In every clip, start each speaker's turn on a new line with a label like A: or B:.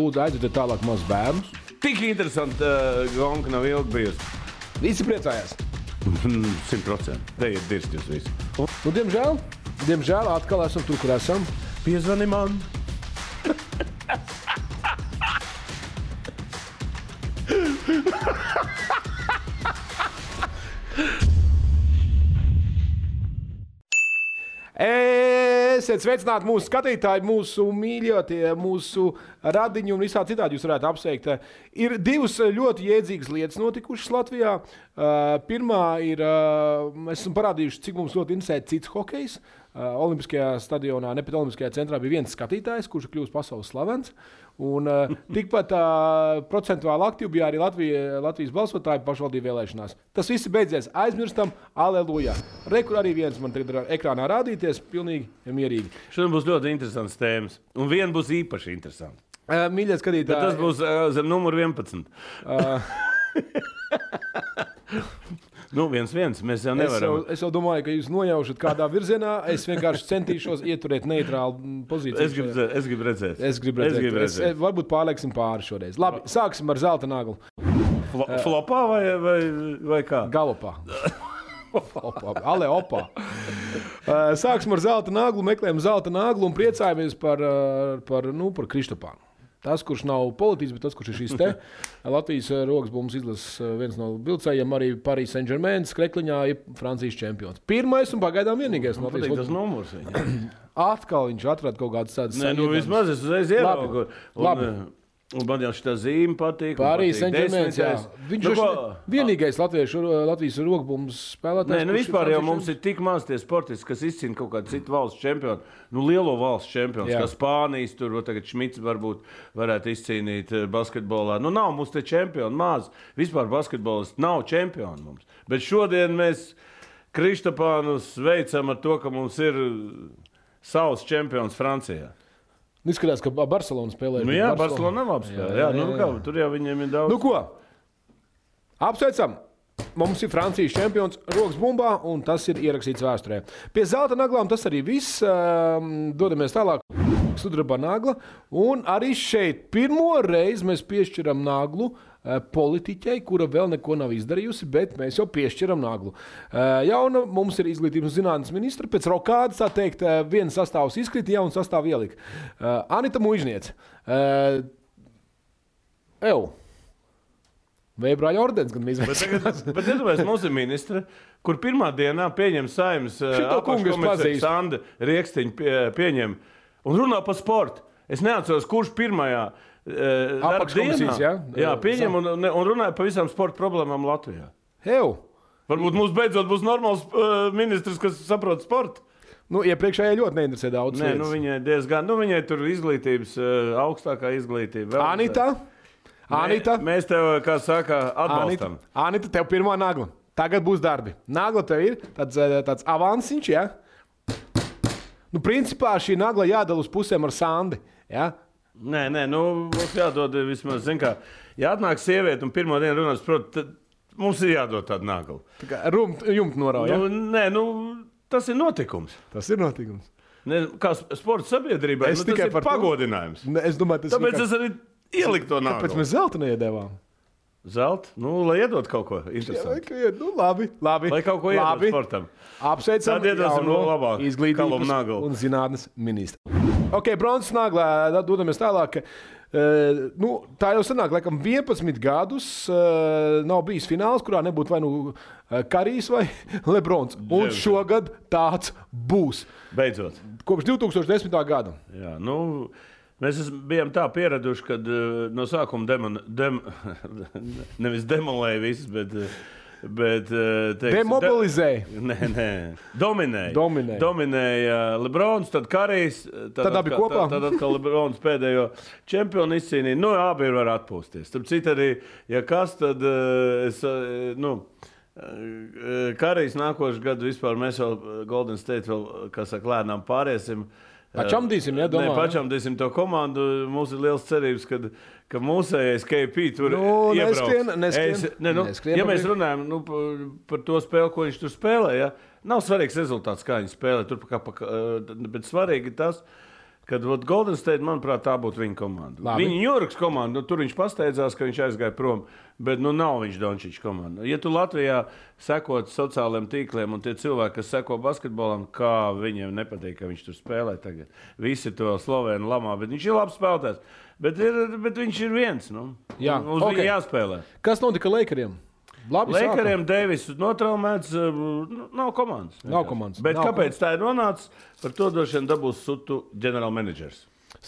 A: Lūdzu, aizvediet tālāk mazus bērnus.
B: Tik interesanti, uh, Gonka nav ilgi bijusi.
A: Visi priecājās. Mm,
B: 100%. Te ir dirsts jūs visi.
A: Un, nu, diemžēl, diemžēl atkal esam tur, kur esam.
B: Piezvani man.
A: Esiet sveicināti mūsu skatītāji, mūsu mīļotie, mūsu radiņi un visā citādi jūs varētu apsveikt. Ir divas ļoti jēdzīgas lietas notikušas Latvijā. Uh, Pirmā ir, uh, mēs esam parādījuši, cik mums ļoti interesē cits hokejs. Uh, Olimpiskajā stadionā, ne pat Olimpiskajā centrā, bija viens skatītājs, kurš ir kļuvis pasaules slavens. Un, uh, tikpat uh, procentuāli aktīvi bija arī Latvija, Latvijas balsotāji pašvaldību vēlēšanās. Tas viss beidzies. Aizmirstam, aleluja. Rekur arī viens man tagad ir ekrānā rādīties, pilnīgi mierīgi.
B: Šodien būs ļoti interesants tēmas. Un viena būs īpaši interesanta.
A: Uh, Mīļie skatītāji,
B: Bet tas būs uh, zem numur 11. nu, viens, viens. Mēs
A: Es
B: jau
A: jau,
B: nevaram.
A: es jau domāju, ka jūs nojaušat kādā virzienā. Es vienkārši centīšos ieturēt neitrālu mm, pozīciju.
B: Es gribu, redzēt- es gribu redzēt.
A: Es gribu redzēt,
B: Es gribu
A: es, es,
B: redzēt.
A: varbūt pārlieksim pāri šoreiz. Labi, sāksim ar zelta naglu.
B: Flo, flopā vai, vai, vai kā?
A: Galopā. Opā, Ale, opā. Uh, Sāksim ar zelta naglu, meklējam zelta naglu un priecājamies par, uh, par, nu, par Kristopānu. Tas, kurš nav politiķis, bet tas, kurš ir šis te Latvijas uh, rokas bumbas izlases uh, viens no vilcējiem, arī Parīzes Saint-Germain, Skrekliņā ir Francijas čempions. Pirmais un pagaidām vienīgais no
B: Nu, Patīk tas
A: Latvijas.
B: numurs. viņam.
A: Atkal viņš atrada kaut kādas tādas
B: Nē, nu
A: sajūtas.
B: vismaz es uzreiz
A: Labi,
B: ieraugu.
A: labi.
B: Un, eh, un man jau šī zīme patīk. un
A: Pārī
B: patīk
A: Saint-Germains, jā.
B: desmitais.
A: Viņš
B: Nu,
A: ir
B: ko-
A: vienīgais latviešu, Latvijas rokbumbas spēlētājs.
B: Nē, nu
A: kurš
B: vispār jau
A: Francijas
B: mums ir tik maz tie sportisti, kas izcīna kaut kādu citu valsts čempionu, nu lielo valsts čempionu,
A: Jā.
B: kā Spānijas, tur vēl tagad Šmits varbūt varētu izcīnīt eh, basketbolā. Nu nav mums te čempionu maz, vispār basketbolists nav čempionu mums. Bet šodien mēs Kristapānu sveicam ar to, ka mums ir eh, savs čempions Francijā.
A: Nu, Izskatās, ka Ba- Barcelona spēlē.
B: Nu,
A: bet
B: jā, Barcelona nav apspēlēta. Jā,
A: jā,
B: nu,
A: jā.
B: kā, tur jau viņiem ir daudz.
A: Nu, ko? Apsveicam! Mums ir Francijas čempions Rokas bumbā, un tas ir ierakstīts vēsturē. Pie zelta naglām tas arī viss. Um, dodamies tālāk. Sudraba nagla. Un arī šeit pirmo reizi mēs piešķiram naglu eh, politiķei, kura vēl neko nav izdarījusi, bet mēs jau piešķiram naglu. Eh, Jauna mums ir izglītības un zinātnes ministra. Pēc rokādas, tā teikt, eh, viens sastāvs izkrita, jauns sastāvs ielika. Eh, Anita Eh, Mūžniece. Evo! Vēbrāļa ordens gan
B: Bet
A: izvēlējās.
B: tagad, bet iedomājieties, mums ir ministre, kur pirmā dienā pieņem saimnes
A: Šito kungu es pazīstu.
B: Sanda Rieksteņa pie, pieņem un runā par sportu. Es neatceros, kurš pirmajā eh, darba
A: Apakškomisijas,
B: dienā-
A: jā?
B: jā, pieņem un, un- un runāja par visām sporta problēmām Latvijā.
A: Evo!
B: Varbūt mums beidzot būs normāls eh, ministrs, kas saprot sportu.
A: Nu, iepriekšējā ļoti neinteresē daudz.
B: Nē,
A: lietas.
B: nu viņai diezgan, nu viņai tur izglītības, eh, augstākā izglītība. vēl-
A: Anita, Anita,
B: Mē, mēs tev, kā saka,
A: Anita,
B: atbalstam.
A: Anita, tev pirmā nagla. Tagad būs darbi. Nagla tev ir tāds, eh, tāds avansiņš, jā. Nu, principā šī nagla jādala uz pusēm ar sandi. Jā.
B: Nē, nē, nu, mums jādod vismaz, zin kā, ja atnāk sieviete un pirmā diena runās, protams, tad mums ir jādod tāda nagla.
A: Tā kā rumt- Jumt norauja. Nu,
B: Nu, nē, nu, tas ir notikums.
A: tas ir notikums.
B: Ne, kā s- sporta sabiedrībai,
A: Es
B: nu, tas
A: tikai
B: ir
A: par to.
B: pagodinājums.
A: Ne, Es domāju, tas ir
B: Tāpēc es arī ieliku to nākotnē.
A: Pēc
B: Mēs...
A: mēs zelta neiedēvām.
B: Zelta, nu, lai iedod kaut ko
A: Jā,
B: interesantu.
A: ka ied- nu, labi, labi.
B: Lai kaut ko
A: labi.
B: iedod sportam.
A: Apsveicam,
B: Tad iedosim
A: jauno
B: labāk Kalum
A: izglītības
B: Naglu.
A: un zinātnes ministru. Ok, bronzas naglā, tad dodamies tālāk. E, nu, tā jau senāk, laikam, 11 gadus e, nav bijis fināls, kurā nebūtu vai nu e, Karijs vai Lebrons. Un
B: Dievs.
A: šogad tāds būs.
B: Beidzot.
A: Kopš 2010. gada.
B: Jā, nu, mēs es- bijām tā pieraduši, ka no sākuma demon, dem, nevis demolēja viss, bet, eh, bet eh, teiksim, de-
A: Demobilizēja.
B: Nē, nē, dominēja.
A: Dominēja.
B: Dominēja eh, Lebrons, tad Karijs. eh, Tad,
A: Tad abi
B: atkal-
A: kopā.
B: Tad, tad atkal Lebrons pēdējo čempionu izcīnīja. Nu, abi var atpūsties. Starp citu, arī, ja kas, tad eh, es. eh, Nu, eh, Karijs nākošais gadu vispār mēs vēl eh, Golden State vēl, kā saka, lēnām pāriesim. Eh,
A: Pačamdīsim, ja, domā,
B: Nē,
A: ja?
B: pačamdīsim to komandu. Mums ir liels cerības, kad, ka mūsējais KP tur
A: Nu,
B: iebrauks.
A: neskrien, neskrien.
B: Es, ne, nu,
A: Neskrien
B: ja
A: par
B: mēs
A: viņu.
B: runājam nu, par, par to spēli, ko viņš tur spēlē. Ja? Nav svarīgs rezultāts, kā viņš spēlē. Tur, kā, pa, kā, bet eh, svarīgi ir tas, Kad vat, Golden State, manuprāt, tā būtu viņa komanda.
A: Labi.
B: Viņa Ņujorkas komanda, nu, tur viņš pasteidzās, ka viņš aizgāja prom. Bet nu, nav viņš Dončīčs komanda. Ja tu Latvijā sekot sociālajiem tīkliem un tie cilvēki, kas seko basketbolam, kā viņiem nepatīk, ka viņš tur spēlē tagad. Visi to Slovēnu lamā, bet viņš ir labs spēlētājs. Bet, ir, bet viņš ir viens. Nu.
A: Jā, ok.
B: Uz viņu jāspēlē.
A: Kas notika Lakeriem? Labi, sākam.
B: Leikariem Deivis notraumēts, eh, nu, nav komandas.
A: Nav komandas,
B: Bet
A: nav
B: kāpēc tā ir nonācis? Par to droši vien dabūs sutu ģenerālmenedžers.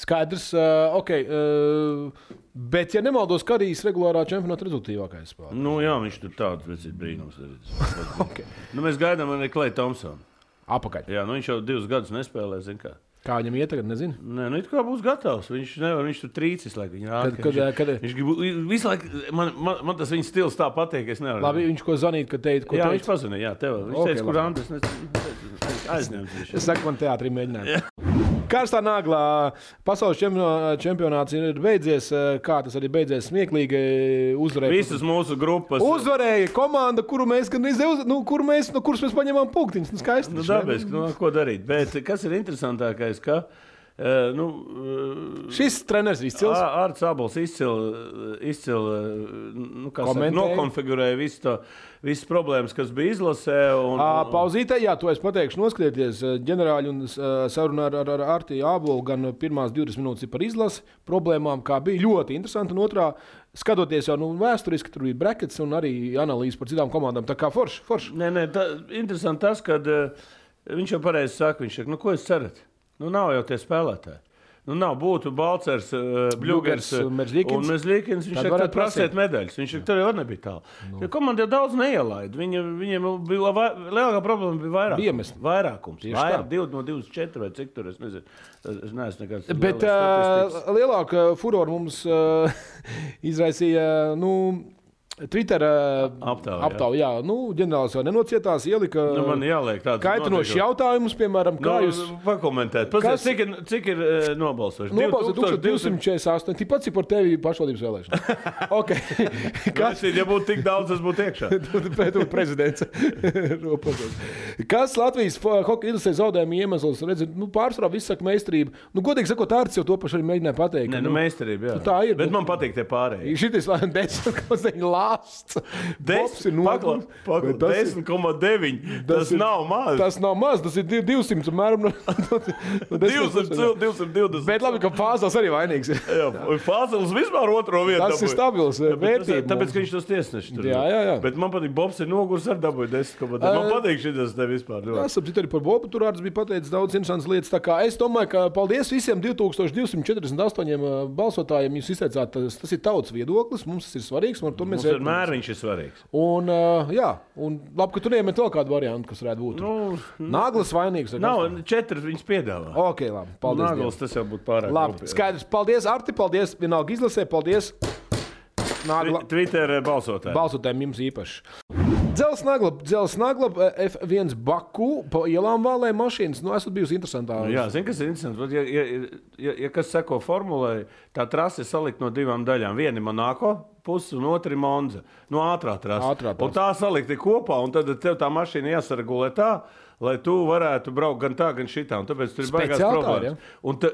A: Skaidrs, uh, ok. Uh, bet, ja nemaldos, ka arī regulārā čempionāta rezultātīvākais spēlētājs.
B: Nu, jā, viņš tur tāds vecīt brīnums ir. okay. nu, mēs gaidām arī Klai Thompsonu.
A: Apakaļ.
B: Jā, nu, viņš jau divus gadus nespēlē, zin kā.
A: Kā viņam iet, tagad nezinu.
B: Nē, nu, it kā būs gatavs. Viņš nevar, viņš tur trīcis, lai viņa
A: Kad- kad- kad-
B: Viņš grib, visu laiku, man, man, man tas viņa stils tā patīk, es nevaru.
A: Labi, viņš ko zvanīja, ka teica, ko
B: jā, viņš
A: teica.
B: pazina, jā, tev. Viņš
A: Ok,
B: okay, teica, kur
A: labi.
B: Andris, nezinu, aizņemts viņš.
A: Saka, man teātrī mēģināja. Karstā nāglā pasaules čempionā- čempionāts ir beidzies. eh, Kā tas arī beidzies? Smieklīgi eh, uzvarēja.
B: Visas mūsu grupas.
A: Uzvarēja komanda, kuru mēs gan neizdevusi, nu, kur mēs, no kuras mēs paņēmām punktiņus. Nu, skaisti.
B: Nu,
A: taču, ne?
B: dabiski, nu, ko darīt? Bet kas ir interesantākais? Ka, eh, nu, eh,
A: Šis treneris ir izcils.
B: Ā- Ārts Abols izcili izcil, nu, kā saka,
A: Komentēja.
B: nokonfigurēja visu to, visas problēmas, kas bija izlasē. Un,
A: Ā,
B: un,
A: Pauzītē, jā, to es pateikšu. Noskatieties, ā, ģenerāļi un ā, saruna ar, ar, ar Artiņu Ābolu gan pirmās 20 minūtes ir par izlasi problēmām, kā bija ļoti interesanti. Un otrā, skatoties jau nu, vēsturiski, tur bija brekets un arī analīze par citām komandām. Tā kā forši, forši.
B: nē, nē, tā, interesanti tas, ka viņš jau pareizi saka, viņš saka, nu, ko jūs cerat? Nu, nav jau tie spēlētāji. Nu, nav būtu Balčers, Bluegers eh,
A: Bļugers, Merzlikins.
B: un Merzlikins.
A: eh,
B: Viņš
A: Tad
B: saka, ka
A: varētu
B: prasiet medaļas. Viņš saka, tur jau nebija tālu.
A: Nu.
B: No. Ja komanda jau daudz neielaida. Viņa, viņiem bija lava- lielākā problēma bija vairāk.
A: Bija iemesli.
B: Vairākums.
A: Tieši
B: Vairāk,
A: tā.
B: divi no 24 vai cik tur, es nezinu. Es es neesmu nekāds.
A: Bet eh,
B: lielais statistikas-
A: ā, lielāka furora mums ā, izraisīja nu, Twitter ā,
B: Aptauja, jā.
A: aptauja. Jā, nu, ģenerālis jau nenocietās, ielika
B: Nu, man jāliek tāds
A: kaitinošus jautājumus, piemēram, kā
B: Nu,
A: jūs.
B: pakomentējat?
A: Kas-
B: Kas... Cik ir, cik ir eh, nobalsojuši?
A: Nobalsoja
B: 2200.
A: 1248. Tikpat cik par tevi pašvaldības vēlēšanas. okay. Kas
B: Kas ir, ja būtu tik daudz, tas būtu iekšā?
A: tur pētot prezidents? Ropotos. Kas Latvijas fo- hokeja izlasē zaudējuma iemesls? Redzi, nu, pārsvarā viss saka meistarība. Nu, godīgi sakot, Ārts jau to pašu arī mēģināja pateikt.
B: Nē, nu, meistarība, jā.
A: Nu, tā ir,
B: Bet
A: nu.
B: man patīk tie pārējie.
A: Šitais vēl desmit koncepts lāsts. Bobs ir nogalins. Bet tas ir-
B: 10,9. Tas, tas
A: ir-
B: nav maz. Tas...
A: Tas nav maz, tas ir div- 200 apmēram. Nu, no- no- no 10
B: 200, 220.
A: Bet labi, ka fāzās arī vainīgs. ir.
B: Fāzels vispār otro vietu.
A: Tas ir stabils, vērtības.
B: Tāpēc, ka viņš tos tiesneši tur.
A: Jā, jā, jā.
B: Bet man patīk, Bobs ir nogurs ar dabūju 10,9. Man
A: Ā.
B: patīk šis te vispār. ļoti.
A: Es saprotu, arī par Bobu tur bija pateicis daudz interesantas lietas. Tā kā Es domāju, ka paldies visiem 2248 ā, uh, balsotājiem. Jūs izteicāt, tas, tas ir tauts viedoklis, mums tas ir svarīgs. un ar to mēs
B: Mums vienmēr viņš ir svarīgs.
A: Un, ā, jā, un labi, ka tur iemet vēl kādu variantu, kas varētu būt.
B: Nu,
A: Nāglis vainīgs. vai
B: Nav
A: kas
B: četras viņas piedāvā.
A: tur? Ok, labi. Paldies. Dievam.
B: Nāglis tas jau būtu pārāk.
A: Labi, skaidrs. Paldies, Arti. Paldies, vienalga izlasē. Paldies. Nāgla.
B: Twitter eh, balsotāji.
A: Balsotājiem jums īpaši. Dzelzsnagla, dzelzsnagla, F1 Baku, pa ielām vālē mašīnas. Nu, esat bijusi interesantā.
B: Nu, Jā, zinu, kas ir interesanti. Vat, Ja, ja, ja, ja kas seko formulai, tā trase ir salikta no divām daļām. Viena ir Monako puse, un otra ir Monza. No ātrā trase.
A: Ātrā trase.
B: Un tā salikta ir kopā, un tad tev tā mašīna jāsargulē tā. Lai tu varētu braukt gan tā, gan šitā. un Tāpēc tur ir
A: Speciāli
B: baigās
A: tā ir,
B: problēmas.
A: ja?
B: Un ta,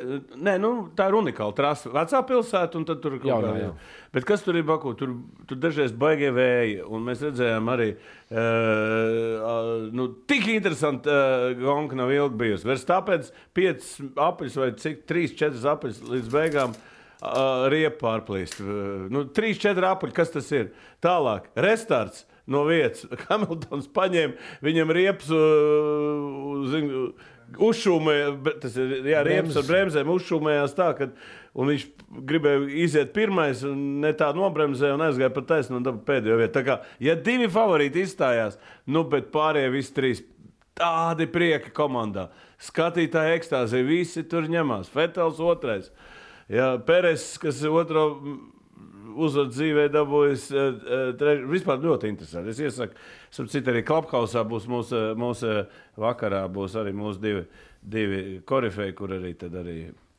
B: nē, nu, tā ir unikāla trasa. Vecā pilsēta, un tad tur ir kaut
A: Jaunā,
B: kā-
A: jā.
B: Bet kas tur ir Baku? Tur, tur dažreiz baigie vēji, un mēs redzējām arī, uh, uh, nu, tik interesanti uh, gonka nav ilgi bijusi. Vairs tāpēc 5 apaļus vai cik 3-4 apaļus līdz beigām. Uh, Riepa pārplīst. Uh, Nu, trīs, četri apaļi, kas tas ir? Tālāk, restarts no vietas. Hamiltons paņēma viņam riepas, uh, zin, uzšūmēja, bet tas ir jā, riepas ar bremzēm, uzšūmējās tā, ka un viņš gribēja iziet pirmais, un ne tā nobremzēja un aizgāja pat taisnu un dabūja pēdējo vietu. Tā kā, ja divi favorīti izstājās, nu, bet pārējie visi trīs. Tādi prieki komandā. Skatītāji ekstāzē, visi tur ņemās. Fetels otrais. Jā, Peres, kas otro uzvaru dzīvē dabūjis. eh, eh, Trež... Vispār ļoti interesanti. Es iesaku, esam citi arī Klapkausā būs mūsu, eh, mūsu eh, vakarā, būs arī mūsu divi, divi korifeji, kur arī tad arī.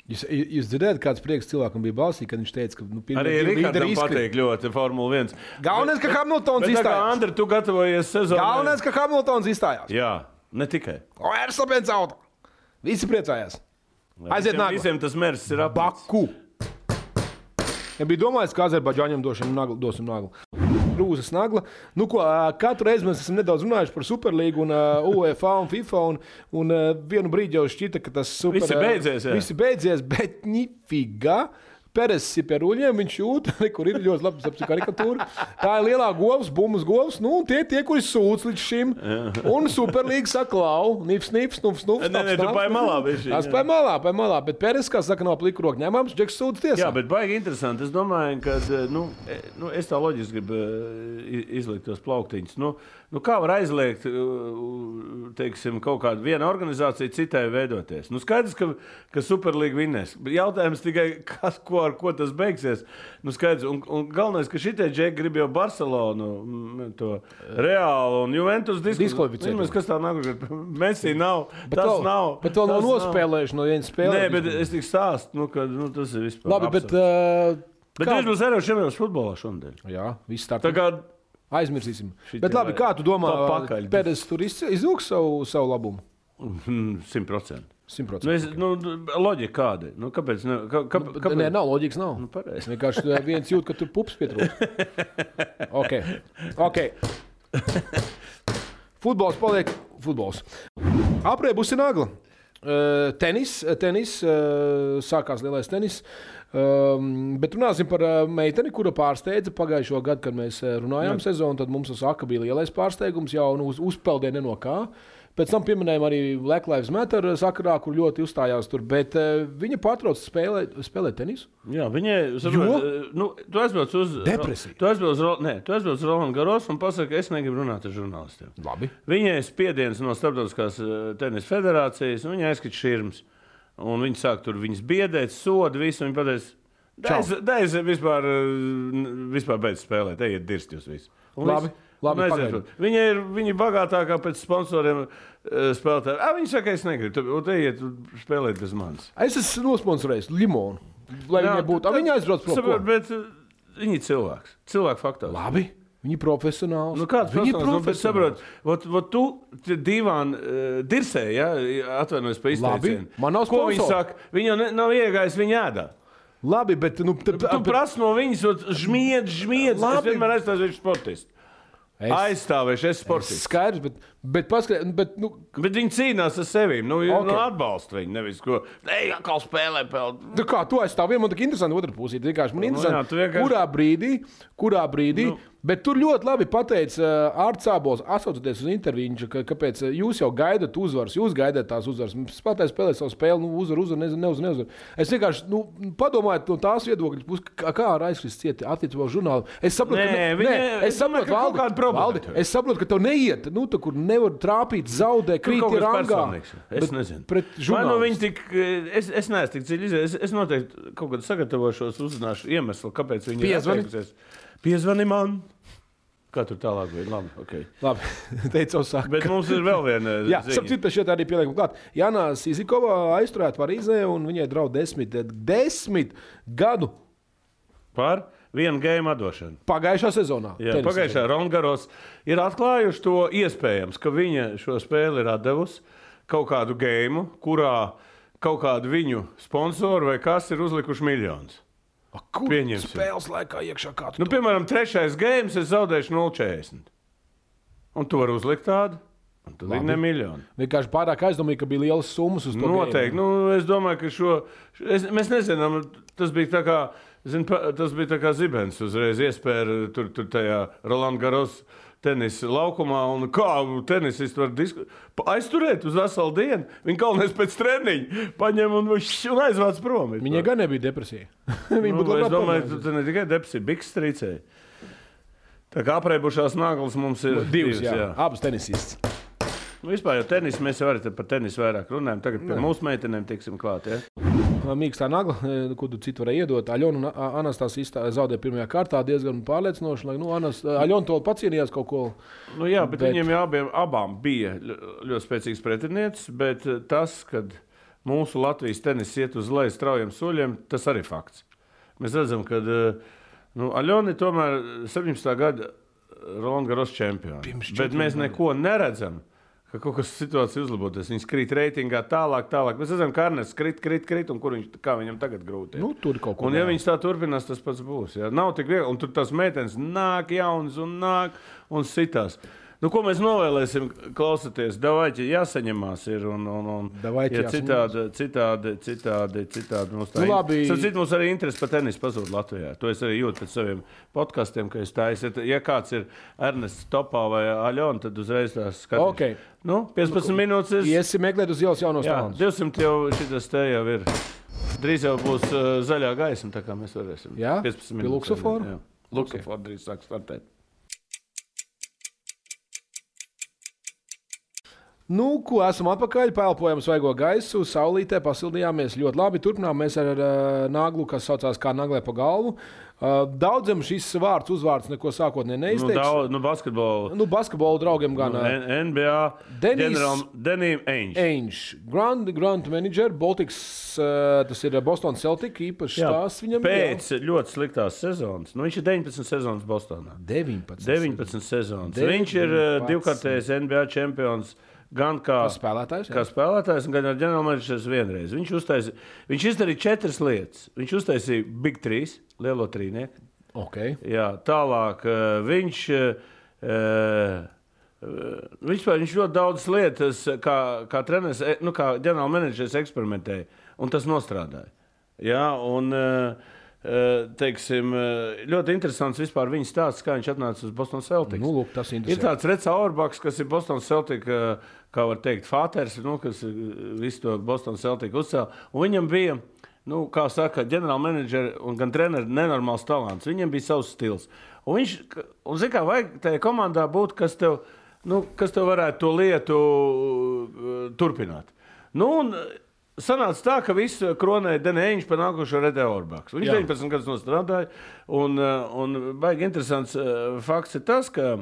A: Jūs, jūs dzirdējāt, kāds prieks cilvēkam bija balsī, kad viņš teica, ka nu, pirmie
B: Arī
A: divi līderi
B: Rīgardam
A: izkrita.
B: patīk ļoti Formula 1.
A: Galvenais, ka Hamiltons
B: Bet tā kā
A: izstājās.
B: Andri, tu gatavojies sezonai.
A: Galvenais, ka Hamiltons izstājās.
B: Jā, ne tikai.
A: O, Erslapēns auto. Visi priecājās. Aiziet
B: Visiem-
A: nākamā.
B: Visiem tas mērs ir apakā.
A: Baku. Ja bija domāts, ka Azerbaidžāņam došam naglu, dosim naglu. Rūzas nagla. Nu, ko, ā, katru reizi mēs esam nedaudz runājuši par Superlīgu, un ā, UEFA un FIFA. Un, un ā, vienu brīdi jau šķita, ka tas super,
B: Viss ir
A: ā,
B: beidzies, jā.
A: Viss ir beidzies, bet nifiga. Peres ir pie ruļļiem, viņš jūt, re, kur ir ļoti labi apziņā karikatūra. Tā ir lielā govs, bumbas govs. Nu, un tie ir tie, kuri sūdz līdz šim. Un Superlīga saka, lau, nips, nips, nups, nups.
B: Nē, nē,
A: naps,
B: tu
A: naps.
B: paji malā bišķiņ,
A: Tas
B: jā.
A: paji malā, paji malā. Bet Peres, kā saka, nav pliku roku ņemams, Džeks sūdz tiesā.
B: Jā, bet baigi interesanti. Es domāju, ka nu, e, nu, es tā loģiski gribu e, i- izlikt tos plauktiņus. Nu, nu, kā var aizliegt e, u- teiksim, kaut kādu vienu organizāciju citai veidoties? Nu, skaidrs, ka, ka Superliga vinnēs. Bet jautājums tikai, kas, ko, ar ko tas beigsies. Nu, skaidrs, un, un galvenais, ka šitie džekļi grib jau Barcelonu, mm, to Reālu un Juventus disku-
A: Diskvalificēt.
B: Zinies, Kas tā nākamais? Messi nav.
A: Bet
B: tas
A: vēl-
B: nav.
A: Bet vēl
B: tas
A: nav nospēlējuši no vienas spēles.
B: Nē, bet es tikai stāstu, nu, ka nu, tas ir vispār.
A: Labi,
B: absurds.
A: bet, uh,
B: Bet
A: kā...
B: viņš būs arī šajos futbolā šodien.
A: Jā, viss tā.
B: Tā kā
A: Aizmirsīsim.
B: Šitie
A: Bet labi,
B: vai-
A: kā tu domā,
B: Pa pakaļ.
A: pēdējais tur iz- izvilks savu, savu labumu?
B: simtprocentīgi. Nu,
A: 100%.
B: es- nu, loģika kāda? ir? Nu, kāpēc? Ne, kā, kā,
A: Nu,
B: kāpēc?
A: Nē, nav loģikas. Nav. Nu,
B: pareizi.
A: vienkārši tu viens jūt, ka tur pups pietrūkst. Okay. Okay. Futbols paliek futbols. Aprēķis būs nagla. Eh, Tenis, tenis, eh, sākās lielais tenis. Um, bet runāsim par eh, meiteni, kura pārsteidza pagājušo gadu, kad mēs eh, runājām sezonu. Tad mums tas saka, bija lielais pārsteigums, jau nu, uz, uzpeldē no kā. Pēc tam pieminējām arī Black Lives Matter eh, sakarā, kur ļoti uzstājās tur. Bet eh, viņa pārtrauca spēlēt, spēlēt tenisu.
B: Jā, viņai ir. Nu, tu aizbrauc uz
A: Depresija.
B: Tu aizbrauc, uz Ro- nē, tu aizbrauc uz Rolandu Garos un pasaki, es negribu runāt ar žurnālistiem.
A: Labi.
B: Viņai ir spiediens no Starptautiskās eh, tenisa federācijas, un viņa aizskrita šīm. Viņa sāk tur viņas biedēt, sodu visu. Viņa pateica,
A: Čau.
B: Daiz, vispār, eh, n- vispār beidz spēlēt, ejiet, dirst jūs visi. Un
A: Labi,
B: viss.
A: labi,
B: Un aiziet
A: pagaidi.
B: tur. Viņa ir viņa ir bagātākā pēc sponsoriem eh, spēlētāja. Ah, Viņa saka, es negribu, tu- un ejiet, spēlēt bez manis.
A: Es esmu nosponsorējis limonu. Lai
B: Jā,
A: viņa būtu.
B: tad-
A: A, Viņa aizbrauc prom.
B: Saprot,
A: ko?
B: Bet eh, viņi ir cilvēks. Cilvēku faktors.
A: Labi. Viņi ir profesionāli.
B: Nu, kāds
A: viņi
B: ir profesionāls? Saprot, vot, vot tu divām uh, dirsē, ja, atvainojos par
A: Labi,
B: izteicienu.
A: man nav
B: Ko viņi
A: sponsora.
B: saka? Viņi jau ne, nav iegājis viņa ēdā.
A: Labi, bet nu, tad,
B: Tu prasi no viņas, vot, žmiedz, žmiedz.
A: Labi.
B: Labi. Es vienmēr aizstāvēšu sportistu.
A: Es-
B: Es... Aizstāvēšu, es
A: tas ir
B: sportistu.
A: skaidrs. Bet, bet paskatieties, bet, nu,
B: Es... Bet viņi cīnās ar sevi. Nu,
A: Ok.
B: okay. nu atbalsta viņu, nevis ko. Ej, atkal spēlē, peldi.
A: nu, kā tu aizstāvi, man tā ir interesanti. Otra pusē ir vienkārši man
B: jā,
A: interesanti,
B: tu
A: nu, jā,
B: vienkārši-
A: kurā brīdī, kurā brīdī.
B: Nu.
A: Nu. Bet tur ļoti labi pateica Arcābols, atsaucoties uz interviju, viņš, ka, kāpēc ā, jūs jau gaidāt uzvaras, jūs gaidāt tās uzvaras. Spēlētāji spēlē savu spēli, nu, uzvar, uzvar, nezinu, neuzvar, neuzvar. Es vienkārši nu, padomāju no tās viedokļa, puses, kā, kā ar aizkrist cieti attiecībā uz žurnālu. Es saprotu, ka,
B: Nē,
A: ne,
B: viņa-
A: nē, es
B: es domāju,
A: saprotu,
B: ka kaut
A: Valdi,
B: kāda problēma
A: Valdi,
B: tev ir.
A: Es saprotu, ka tev neiet, nu, tur, kur nevar trāpīt, zaudēt,
B: Tur
A: krīt
B: kaut
A: ir
B: kas
A: angā.
B: personīgs. Es
A: Bet
B: nezinu.
A: Pret
B: Vai nu viņi
A: žurnālistu.
B: tik, eh, es, es neesmu tik dziļi izdevies. Es, es noteikti kaut kad sagatavošos, uzzināšu iemeslu, kāpēc viņi ir
A: Piezvani?
B: atteikusies. Piezvani man. Kā tur tālāk bija? Labi, okay.
A: Labi, teicu, jau sāk.
B: Bet mums ir vēl viena.
A: Jā,
B: ziņa.
A: sapratu, pie šeit arī pieliekam klāt. Jānā Sīzikova aizturēta Parīzē un viņai draud desmit, eh, desmit gadu
B: Par vienu gēmu atdošanu.
A: pagājušā sezonā.
B: Jā,
A: Tenisa
B: pagājušā Rongaros ir atklājuši to iespējams, ka viņa šo spēli ir devusi kaut kādu gēmu, kurā kaut kādu viņu sponsoru vai kas ir uzlikuši miljonus.
A: sezonā. A, Kur
B: Pieņemsim.
A: spēles laikā iekšā kāds?
B: Nu, piemēram, trešais games es zaudēšu 0,40. Un tu vari uzlikt tādu. Un tad ir ne miljonu.
A: Vienkārši pārāk aizdomīgi, ka bija lielas summas uz to.
B: Noteikti. Nu, es domāju, ka šo. š- Es, mēs nezinām, tas bija tā kā. Zin, pa- tas bija tā kā zibens uzreiz iespēja tur, tur tajā Rolandas Garos tenisa laukumā. Un kā tenisists var disku... pa- aizturēt uz veselu dienu? Viņa galvenais pēc treniņa paņem un, viņš- un aizvāc prom.
A: Viņai gan nebija depresija. Viņa
B: Nu,
A: būtu
B: es
A: labi.
B: domāju, ka tas ne tikai depsi, bet arī strīcēji. Tā kā apreibušās naglas mums ir
A: divas, jā. jā. Abas tenisists.
B: Nu, Vispār jau tenis, mēs jau arī te par tenisu vairāk runājam. Tagad pie mūsu meitenēm tiksim klāt. Ja?
A: Mīkstā nagla, eh, ko tu citu varēji iedot. Aļona un A- Anastas izstā- zaudēja pirmajā kārtā diezgan pārliecinoši. Lai, nu, Anas, Aļona to pacīnījās kaut ko.
B: Nu, jā,
A: Bet-
B: bet, bet viņiem jau abiem, abām bija ļo- ļoti spēcīgs pretinieks, bet eh, tas, ka mūsu Latvijas tenis iet uz leju straujiem soļiem, tas arī fakts. Mēs redzam, ka eh, nu, Aļona ir tomēr 17. gada Rolandas Garros čempions. Bet mēs neko neredzam. ka kaut kas situācija uzlaboties. Viņš krīt reitingā tālāk, tālāk. Mēs redzam, ka Arnēs krīt, krīt, krīt, un kur viņš, kā viņam tagad grūti. ir.
A: Nu, tur kaut ko
B: Un, ja
A: jā.
B: viņš tā turpinās, tas pats būs. Jā. Nav tik viegli. Un tur tas meitenes nāk, jauns un nāk un sitās. Nu, ko mēs novēlēsim, klausoties, dabai jāsaņemās. Ir, un, un, un,
A: Davaiķi
B: ja
A: jāsaņemās.
B: citādi, citādi, citādi, citādi mums tā
A: Nu, labi.
B: Starp citu, mums arī interesi par tenisu pazūd Latvijā. To es arī jūtu pēc saviem podkastiem, ka es tādu esmu. Ja kāds ir Ernests Topā vai Aļona, tad uzreiz tās skatās.
A: Ok.
B: Nu, 15 minūtes. ir-
A: Iesim meklēt uz ielas jaunos
B: Jā,
A: talantus.
B: 200 jau šis te jau ir. Drīz jau būs uh, zaļā gaisma, tā kā mēs varēsim.
A: Jā?
B: 15
A: Pie
B: minūtes.
A: luksofora?
B: Luksofora drīz sāks startēt.
A: Nu, ko esam atpakaļ, pelnījām svaigo gaisu, saulītē pasildījāmies ļoti labi. Turpinām mēs ar uh, naglu, kas saucās kā naglē pa galvu. Uh, daudziem šis vārds, uzvārds neko sākotnēji
B: Nu,
A: neizteiks.
B: daudz, nu, basketbolu.
A: Nu, nu, basketbolu draugiem gan.
B: Nu,
A: Uh,
B: N- NBA.
A: Denis-
B: ģenerālam- Denim Ainge.
A: Ainge, Grand, Grand Manager, Baltics, uh, tas ir Bostonas Celtic, īpašs stāsts viņam.
B: Pēc ļoti sliktās sezonas. Nu, viņš ir 19 sezonas Bostonā.
A: jā. 19.
B: 19 sezonas.
A: 19.
B: Viņš ir uh, divkārtais NBA čempions gan kā
A: spēlētājs. jā.
B: kā spēlētājs, gan ar ģenerālmenedžers vienreiz. Viņš, uztaisi, viņš izdarīja četras lietas. Viņš uztaisīja Big 3, lielo trīnieku.
A: Okay.
B: Jā, tālāk eh, viņš. eh, eh, Vispār viņš ļoti daudz lietas, kā, kā treneris, eh, nu, kā ģenerālmenedžers eksperimentēja, un tas nostrādāja. Jā, un, eh, eh, teiksim, eh, ļoti interesants vispār viņa stāsts, kā viņš atnāca uz Bostonas Celtics.
A: Nu, lūk, tas
B: Ir
A: interesē.
B: tāds Reds Auerbachs, kas ir Bostonas Celtica, kā var teikt, fāters, nu, kas ir, uh, visu to Bostonas Celtica uzcēla. Un viņam bija, nu, kā saka, ģenerālmenedžera un gan treneris nenormāls talants. Viņam bija savs stils. Un viņš, ka- un zina, kā vajag tajā komandā būt, kas tev, nu, kas tev varētu to lietu uh, turpināt. Nu, un, uh, Sanāca tā, ka viss uh, kronēja Denēņš par nākošo Redu Orbāku. Viņš
A: Jā.
B: 19 gadus strādāja. Un, uh, un baigi interesants uh, fakts ir tas, ka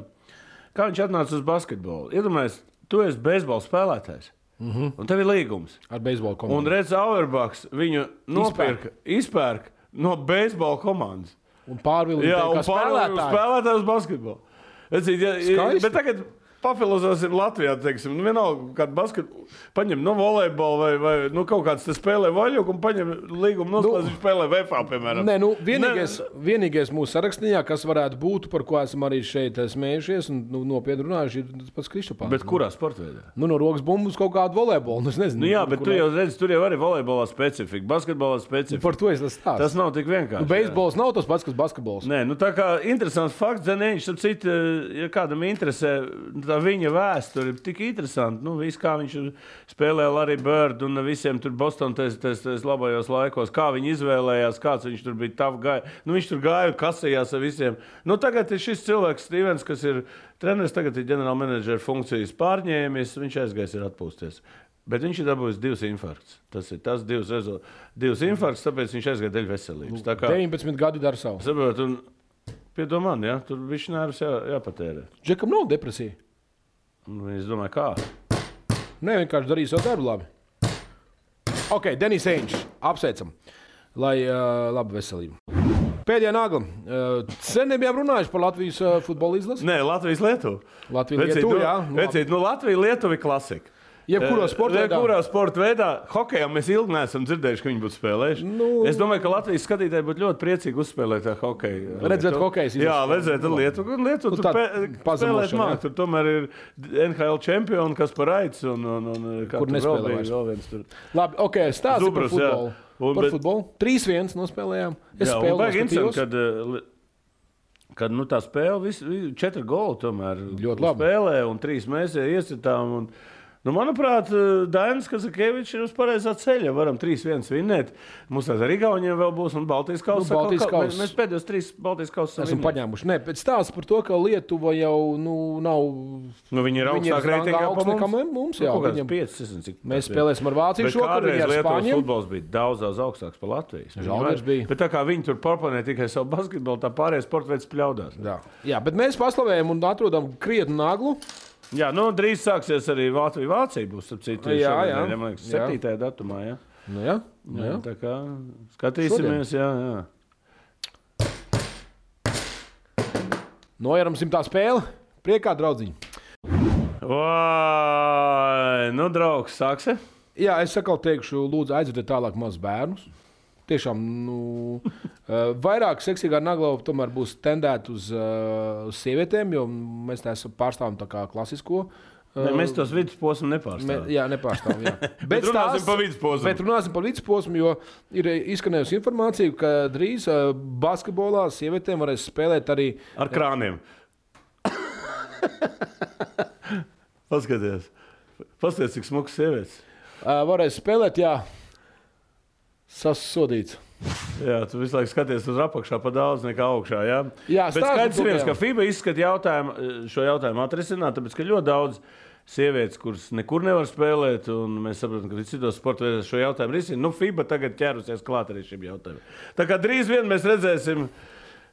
B: Kā viņš atnāca uz basketbolu? Iedomājieties, tu esi beisbola spēlētājs. Mm
A: Mhm.
B: -hmm. Un tev ir līgums.
A: Ar beisbolu
B: Un
A: komandu.
B: redz, Auerbachs viņu nopirka, izpērk no beisbola komandas.
A: Un, un pārvilkt
B: Jā, un pārlieku
A: spēlētāju.
B: spēlētāju uz basketbolu. Redzīt, ja, ja,
A: Skaisti.
B: bet tagad pafilozēsim Latvijā, teiksim, nu, vienalga, kādu basketbolu, paņem no volejbola vai, vai nu, kaut kāds te spēlē vaļuku un paņem līgumu noslēdz, nu, viņš spēlē VFA, piemēram.
A: Nē, nu, vienīgais, vienīgais mūsu sarakstā, kas varētu būt, par ko esam arī šeit eh, smējušies un nu, nopietni runājuši, ir tas pats Kristofers.
B: Bet kurā sportveidā?
A: Nu, no rokas bumbas kaut kādu volejbolu. Nu, es nezinu,
B: Nu, jā,
A: nu,
B: bet
A: kurā-
B: tu jau redzi, tur jau arī volejbolā specifika, basketbolā specifika.
A: Nu, par to es stāstu.
B: Tas nav tik vienkārši.
A: Beisbols nav tas pats, kas basketbols.
B: jā. Nē, nu tā kā interesants fakts, Zanīņš, ap citu, ja kādam interesē, nu, tā viņa vēsture ir tik interesanta. Nu, viss, kā viņš spēlēja Larry Bird un visiem tur Bostonais, tas labajos laikos, kā viņi izvēlējās, kāds viņš tur bija tavu gāju. Nu, viņš tur gāja kasējās ar visiem. Nu, tagad ir šis cilvēks, Stevens, kas ir treneris, tagad ir ģenerālmenedžera funkcijas pārņēmis, viņš aizgājis ir atpūsties. Bet viņš ir dabūjis divus infarktus. Tas ir tas divs, rezo- divus infarktus, tāpēc viņš aizgāja dēļ veselības. Tā kā-
A: 19 gadi dara savu.
B: Saprotiet, un piedomā, ja, tur viņš nervus jā, jāpatērē.
A: Džekam nav depresija.
B: Nu, es domāju, kā.
A: Nē, vienkārši darīja savu darbu labi. Ok, Denis Eņģis, apsveicam. Lai uh, laba veselība. Pēdējā nagla. Uh, sen nebijām runājuši par Latvijas uh, futbola izlasi.
B: Nē, Latvijas Lietuva.
A: Latvija Lietuva, jā. Nu, labi.
B: Vecīt, nu, Latvija Lietuva ir klasika.
A: Jebkurā
B: Eh,
A: sporta veidā.
B: Jebkurā sporta veidā, hokeja mēs ilgi neesam dzirdējuši, ka viņi būtu spēlējuši.
A: Nu.
B: es domāju, ka Latvijas skatītāji būtu ļoti priecīgi uzspēlēt tā hokeju.
A: Redzēt
B: Lietuvu.
A: hokeja izlases.
B: Jā, redzēt Lietuvu. Un Lietuva
A: Nu,
B: tur
A: tā
B: pē-
A: pazemošana,
B: spēlēt māk.
A: jā.
B: Tur tomēr ir NHL čempioni, kas paraids. Un, un, un, eh, kā
A: Kur
B: tur vēl
A: nespēlē
B: bija
A: vairs.
B: vēl viens tur.
A: Labi, ok, stāsti par
B: Zubrus, jā.
A: futbolu.
B: Un,
A: par
B: bet-
A: futbolu. 3-1 nospēlējām. Es
B: Jā, un
A: spēlēju
B: baigi interesanti, kad, eh, li- kad nu, tā spēle, vis, vi- četri goli tomēr
A: Ļoti labi.
B: spēlē, un trīs mēs iesitām. Un, nu, manuprāt, eh, Dainis Kazakevičs ir uz pareizā ceļa. Varam 3-1 vinnēt. Mums tāds arī Igauniem vēl būs, un Baltijas kausa.
A: Nu, Baltijas
B: atkal- ka-
A: kauss.
B: Mēs, mēs pēdējos trīs Baltijas kausa
A: Esam paņēmuši. Nē, bet stāsts par to, ka Lietuva jau nu, nav
B: Nu, viņi ir
A: Viņi ir
B: augstāk
A: rangā
B: reitingā pa
A: augsts nekā mē- mums, jā,
B: Nu,
A: viņiem-
B: viņam... 5, 6, cik,
A: Mēs
B: tā, jā.
A: spēlēsim ar Vāciju
B: Bet
A: šokā,
B: kādreiz
A: arī ar
B: Lietuvas
A: Spāniju.
B: futbols bija daudz, daudz augstāks par Latvijas. Viņi
A: Žalgiris
B: vairs-
A: bija.
B: Bet tā kā viņi tur proponēja tikai savu basketbolu, tā pārējais sports veids pļaudās.
A: Jā. Jā, bet mēs paslavējam un atrodam krietnu naglu.
B: Jā, nu drīz sāksies arī Vācija. Vācija būs ap citu
A: Jā,
B: šonadēļ,
A: jā.
B: ja man liekas,
A: Jā.
B: 7. datumā. Jā.
A: Nu, jā, nu,
B: Jā,
A: jā.
B: tā kā skatīsimies, jā, jā.
A: Nojaram simtā spēli. Priekā, draugiņi.
B: Vai, nu, draugs, sāksi.
A: Jā, es atkal teikšu, lūdzu, aizvediet tālāk mazus bērnus. Tiešām, nu, eh, vairāk seksīgā naglaupa tomēr būs tendēta uz, eh, uz sievietēm, jo mēs tā esam pārstāvam tā kā klasisko. eh,
B: Ne, Mēs tos vidusposmu
A: Me,
B: nepārstāvam.
A: jā, nepārstāvam. Jā.
B: Bet runāsim pa vidusposmu.
A: Bet runāsim par vidusposmu, jo ir izskanējusi informācija, ka drīz eh, basketbolā sievietēm varēs spēlēt arī.
B: Ar krāniem. Paskaties, Paskaties cik smags sievietes.
A: eh, Varēs spēlēt, jā, sasodīts.
B: Jā, tu visu laiku skaties uz apakšu, pa daudz nekā augšā. Jā,
A: Jā,
B: bet
A: stāsti
B: skaidrs,
A: par to,
B: ir,
A: jā.
B: ka FIBA izskata jautājumu, eh, šo jautājumu atrisināt, tāpēc, ka ļoti daudz sievietes, kuras nekur nevar spēlēt, un mēs saprotam, ka citos sporta veidos šo jautājumu risina, nu FIBA tagad ķērusies klāt arī šim jautājumam. Tā kā drīz vien mēs redzēsim.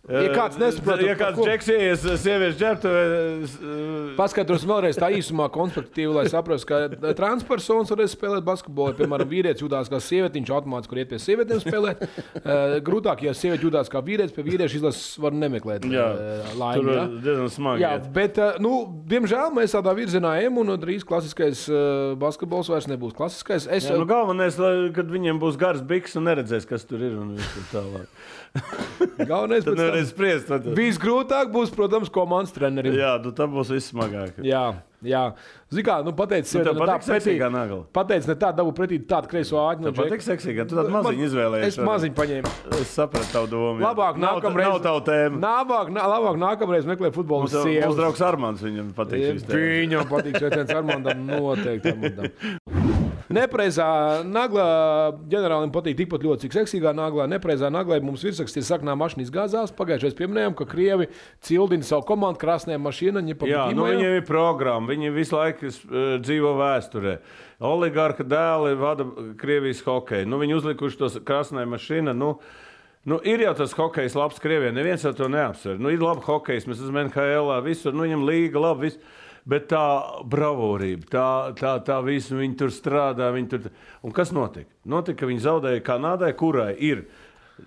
B: eh,
A: Ja kāds nesaprot,
B: ja
A: par
B: kāds
A: ko-
B: džeksies, sieviešu eh, ģērbtu,
A: Paskaidros vēlreiz tā īsumā, konstruktīvi, lai saprastu, ka transpersonas varēs spēlēt basketbolu. Piemēram, vīrietis jūtas kā sieviete, viņš automātiski var iet pie sievietēm spēlēt. Eh, Grūtāk, ja sieviete jūtas kā vīrietis, pie vīrieša izlases var nemeklēt eh, laimi.
B: tur
A: jā.
B: diezgan smagi.
A: Jā,
B: iet.
A: bet, eh, nu, diemžēl mēs tādā virzienā ejam, un drīz klasiskais eh, basketbols vairs nebūs klasiskais. Es,
B: Jā, nu galvenais, lai, kad viņiem būs gars biks un neredzēs, kas tur ir un viss tur tālāk.
A: galvenais,
B: Tad
A: pēc tam-
B: nevarēs spriest. vai tu-
A: visgrūtāk būs, protams, komandas trenerim.
B: Jā, nu tā būs vissmagākā.
A: Jā, jā. Zinām, nu, pateicis,
B: Nu,
A: sievietēm,
B: tev
A: nu,
B: patīk seksīgā nagla.
A: Pateicis, ne tā, dabu pretī tādu kreiso āķi. No
B: Tev patīk seksīgā. Tu tādu maziņu izvēlējies.
A: Es maziņu paņēmu.
B: Es sapratu tavu domu. jā.
A: Labāk
B: Nav-
A: nākamreiz.
B: Nav tavu tēmu.
A: Labāk, nā, labāk nākamreiz meklēt futbolu
B: Mums mums
A: sievu.
B: draugs Armāns viņam patīk. šīs tēmas.
A: Viņam patīk sveiciens Armandam, noteikti. Armandam. Nepreizā naglā ģenerālim patīk tikpat ļoti, cik seksīgā naglā. Nepreizā naglā mums virsrakstīs saknā mašīnas gāzās. Pagājušajā gadā minējām, ka krievi cildina savu komandu krāsnēm mašīnām.
B: Jā, nu viņiem ir programma, viņi visu laiku es, eh, dzīvo vēsturē. Oligarha dēli vada Krievijas hokeju. Nu, viņi uzlikuši tos krāsainai mašīnai. Nu, nu, ir jau tas hokejs labs Krievijai, neviens jau to neapsver. Nu, ir labi hokejs, mēs esam NHL, visur, nu, viņam līga labi. Visu. Bet tā bravūrība, tā, tā, tā visu viņi tur strādā. Viņi tur... Un kas notika? Notika, ka viņi zaudēja Kanādai, kurai ir.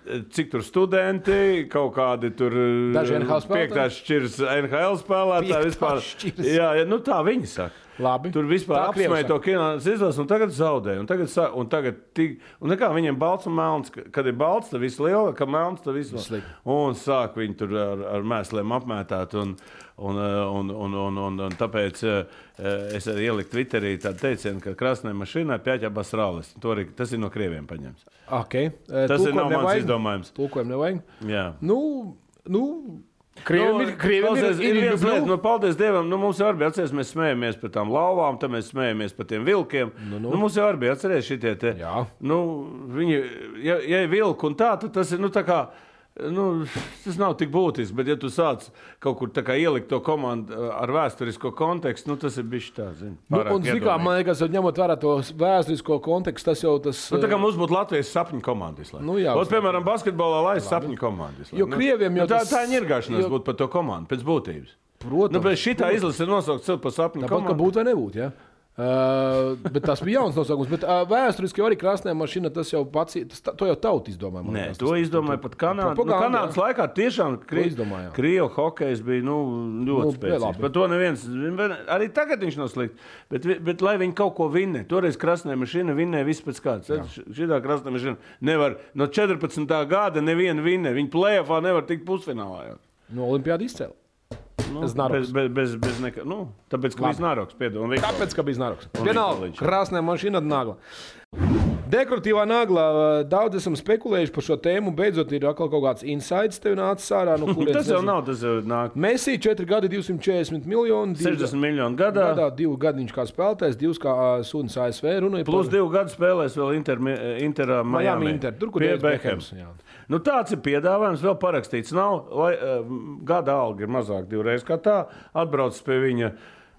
B: eh, Cik tur studenti, kaut kādi tur eh,
A: Daži NHL spēlētāji?
B: piektās šķirs NHL spēlētāji
A: Piektā
B: vispār.
A: šķirs.
B: Jā, jā, nu tā viņi saka.
A: Labi.
B: Tur vispār
A: Tā Krievi
B: apsmēja to kinonas izlases, un tagad zaudēja. Un tagad, sa- un tagad tik, un nekā viņiem balts un melns, ka- kad ir balts, tad viss liela, kad melns, tad viss
A: Slikti.
B: Un sāk viņi tur ar, ar mēsliem apmētāt. Un, un, eh, un, un, un, un, un tāpēc eh, eh, es arī ieliku Twitterī tādu teicienu, ka krāsainai mašīnai pieķēpās rāles. To arī- Tas ir no krieviem paņemts.
A: Okay.
B: Tas ir nav mans izdomājums.
A: Tūkojam nevajag.
B: Jā.
A: Nu, nu, krieviem ir, krieviem
B: klausies,
A: ir, ir,
B: viens
A: ir
B: lieta, nu, paldies Dievam. Nu, mums jau arī bija atcerēties, mēs smējamies par tām lauvām, tad mēs smējamies par tiem vilkiem. Nu, nu. Nu, mums jau arī bija atcerēties šitie. Te,
A: Jā.
B: nu, viņi, ja, ja ir vilki un tā, tad tas ir. Nu, tā kā, Nu, tas nav tik būtiski, bet, ja tu sāc kaut kur tā kā ielikt to komandu uh, ar vēsturisko kontekstu, nu, tas ir bijis tā, zini,
A: Nu,
B: pārāk
A: un, zikā,
B: iedomīgi.
A: man liekas, jau ņemot vērā to vēsturisko kontekstu, tas jau tas. eh,
B: Nu, tā kā mums būtu Latvijas sapņu komanda.
A: Nu, jā.
B: Ot, piemēram, basketbolā lai ir sapņu komanda. nu.
A: Jo krieviem jau
B: tā,
A: tas-
B: tā ir nirgāšanās
A: jo-
B: jo... būt par to komandu pēc būtības.
A: Protams.
B: Nu, bet šī izlase ir nosaukta sev par sapņu
A: Tāpat kā
B: komandu.
A: būtu vai nebūtu. Ja? Uh, bet tas bija jauns nosaukums. Bet, uh, vēsturiski jau arī krāsainā mašīna tas jau pats, tas, ta- to jau tauta izdomāja. man
B: Nē,
A: liekas.
B: to izdomāja pat Kanāda. Nu,
A: propaganda,
B: Kanādas laikā tiešām kri...
A: izdomāja.
B: krievu hokejs bija nu, ļoti
A: Nu,
B: nu, spēcīgs.
A: labi.
B: Par to neviens, arī tagad viņš nav slikts. Bet, vi- bet lai viņi kaut ko vinnē, toreiz krasnē mašīna vinnēja vispār kāds. Šitā krasnē mašīna nevar no 14. gada nevienu vinnē. Viņi plēfā nevar tikt pusfinālā. Jau.
A: No Olimpijas izcēlīja.
B: Nu,
A: Es naroks.
B: bez, bez, bez, bez nekā. Nu, tāpēc, ka viņš nāroks piedod. un Viktors.
A: Tāpēc, ka bija znaroks.
B: Un
A: Vienalga,
B: Nikoliņš.
A: krāsainā mašīna ir nagla. Dekoratīvā nagla. eh, Daudz esam spekulējuši par šo tēmu. Beidzot, ir atkal kaut kāds insights tev nācis ārā. No kurienes
B: Nu, Tas jau
A: nezinu.
B: nav, tas jau nāk.
A: Messi 4 gadi, 240 miljoni. divi-
B: 60 miljonu gadā.
A: Gadā divi gadi viņš kā spēlētājs, divas kā ā, sunis ASV. Runāja
B: Plus
A: par
B: divu gadu spēlēs vēl Inter, Interā, Miami.
A: Miami Inter. Tur, kur
B: Pie
A: Dēvids
B: Bekhams.
A: Bekhams, jā.
B: Nu, tāds ir piedāvājums, vēl parakstīts. Nav, lai, eh, gada alga ir mazāk divreiz kā tā. Atbrauc pie viņa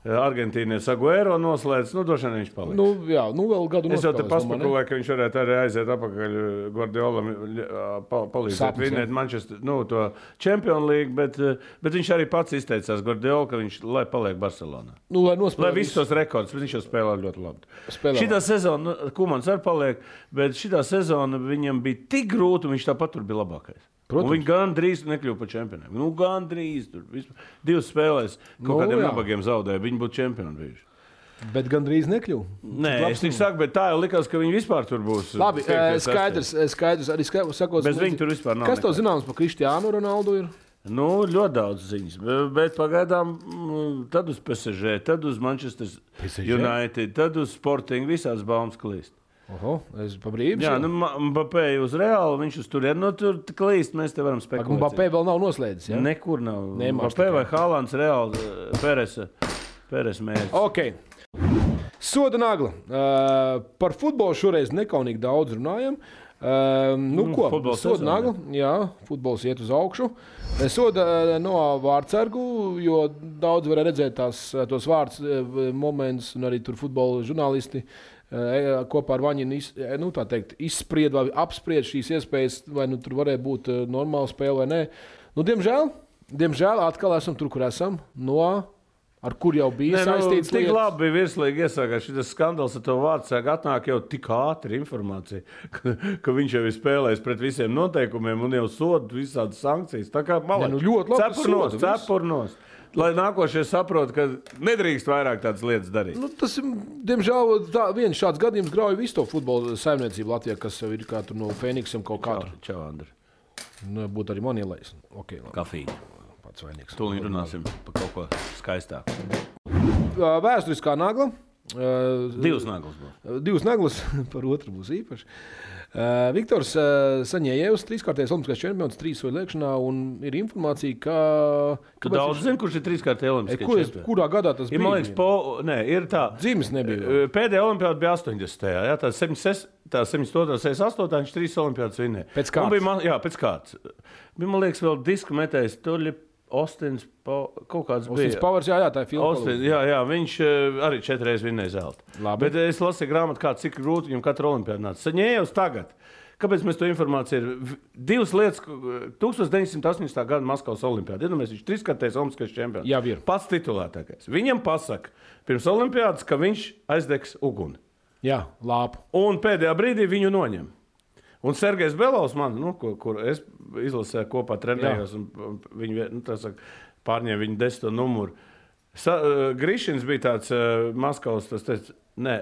B: eh, Argentīnietis Aguero noslēdz. Nu, droši vien viņš paliks.
A: Nu, jā, nu vēl gadu
B: Es jau te
A: nospēlēs, domāju, ne?
B: paspēlēju, ka viņš varētu arī aiziet apakaļ eh, Guardiolam, ļ- ā, pa- palīdzēt
A: Sapnis, jā.
B: vinēt Manchester, nu, to Champions League, bet, eh, bet viņš arī pats izteicās Guardiola, ka viņš lai paliek Barcelonā.
A: Nu, lai
B: Lai
A: nospēlētu
B: visus tos rekordus, bet viņš jau spēlē ļoti labi.
A: Spēlē
B: Šī sezona, nu, Kumans arī paliek, bet šī sezona viņam bija tik grūta, un viņš tāpat tur bija labākais. Un Viņi gandrīz nekļuva par čempioniem. Nu, gandrīz tur vispār. Divas spēlēs, kaut
A: Nu,
B: nu, kādiem
A: jā.
B: nabagiem zaudēja. Viņi būtu čempioni bijuši.
A: Bet gandrīz nekļuva.
B: Nē, es tikai saku, bet tā jau likās, ka viņi vispār tur būs.
A: Labi,
B: piektie,
A: eh,
B: sestie.
A: skaidrs, eh, skaidrs. Arī skaidrs, sakot,
B: Bez viņa tur vispār nav
A: Kas tev
B: nekas.
A: zināms par Kristiānu Ronaldu? Ir?
B: Nu, ļoti daudz ziņas. be- Bet pagaidām, mm, tad uz PSG, tad uz Manchester
A: PSG?
B: United, tad uz Sporting, visās baumas klīst.
A: Oho, es pa brīdim.
B: Jā, nu, Mbappé uz Reālu, viņš uz turieni, nu, tur klīst, mēs te varam spekulēt.
A: Mbappé vēl nav noslēdzis. Ja?
B: Nekur nav.
A: Neimārs
B: Mbappé
A: tikai.
B: vai Haalands, Reāls, Peresa. Peres mērķis.
A: Ok. Soda nagla. Uh, par futbolu šoreiz nekaunīgi daudz runājam. Uh, nu,
B: Nu,
A: ko?
B: futbola
A: Soda
B: sezona.
A: nagla. Jā, futbols iet uz augšu. Eh, Soda eh, no vārdsargu, jo daudz var redzēt tās, eh, tos vārdus momentus, un arī tur futbola žurnālisti. eh, Kopā ar Vaņinu iz, eh, nu, tā teikt, izspried vai apspried šīs iespējas, vai nu, tur varēja būt eh, normāla spēle vai nē. Nu, diemžēl, diemžēl atkal esam tur, kur esam. No, ar kur jau bija
B: Nē, nu,
A: saistīts.
B: tik
A: lietas.
B: labi bija virslīgi iesākās šis skandāls ar to vārdu. Sāk atnāk jau tik ātri informācija, ka, ka viņš jau ir spēlējis pret visiem noteikumiem un jau sodu visādas sankcijas. Tā kā malā,
A: Nē, nu, ļoti labi, ka
B: Cepurnos,
A: sodu, viss.
B: cepurnos. Lai nākošie saprot, ka nedrīkst vairāk tādas lietas darīt.
A: Nu, tas, ir, diemžēl, tā, viens šāds gadījums grauj visu to futbola saimniecību Latvijā, kas jau ir kā tur no Fēniksiem kaut kā tur.
B: Čau, Andri.
A: Nu, Būtu arī man ielaists. Okay, labi,
B: Kafīņa.
A: pats vainīgs.
B: Tūlīt runāsim par kaut ko skaistāku.
A: Ā, Vēsturiskā nagla. Ā,
B: Divas naglas būs.
A: Divas naglas, par otru būs īpaši. Uh, Viktors uh, Saņēvis, trīskārtais Olimpiskais čempions, trīs soļu liekšanā, un ir informācija, ka.
B: Tu
A: kāpēc
B: daudz zini, kurš ir trīskārtējis
A: viņš-
B: Olimpiskajā
A: Ko es,
B: čempionā?
A: kurā gadā tas
B: Ir,
A: bija?
B: man liekas, po... Nē, ir tā.
A: Dzīves nebija.
B: Pēdējā olimpiāda bija 80. Jā, tā 76, tā 72, 68, viņš trīs olimpiādas vinēja.
A: Pēc kārtas.
B: Un Bija, man, jā, pēc kārtas. Bija, man liekas, vēl disku metējis Tuļi, Ostins, pa, kaut kāds
A: Ostins
B: bija.
A: Pavars, jā, jā, tā ir filma.
B: Austin, jā, jā, viņš eh, arī četras reizes vinēja zelta.
A: Labi.
B: Bet eh, es lasīju grāmatu, kā cik grūti viņam katra olimpiāda nāca. Saņēma jau tagad. Kāpēc mēs to informāciju? ir? V- Divas lietas, ko, eh, 1980. gada Maskavas olimpiāda. Iedomājieties, viņš trīskārtais olimpiskais čempions.
A: Jā, ir.
B: Pats titulētākais. Viņam pasaka pirms olimpiādas, ka viņš aizdegs uguni.
A: Jā, lāpu.
B: Un pēdējā brīdī viņu noņem. Un Sergejs Belovs, man, nu, kur, kur es izlasīju, kopā trenējos, un, un viņi vien- nu, tā saka, pārņēma viņa desmito numuru. Sa, uh, Grīšins bija tāds uh, Maskavas, tas teica, nē,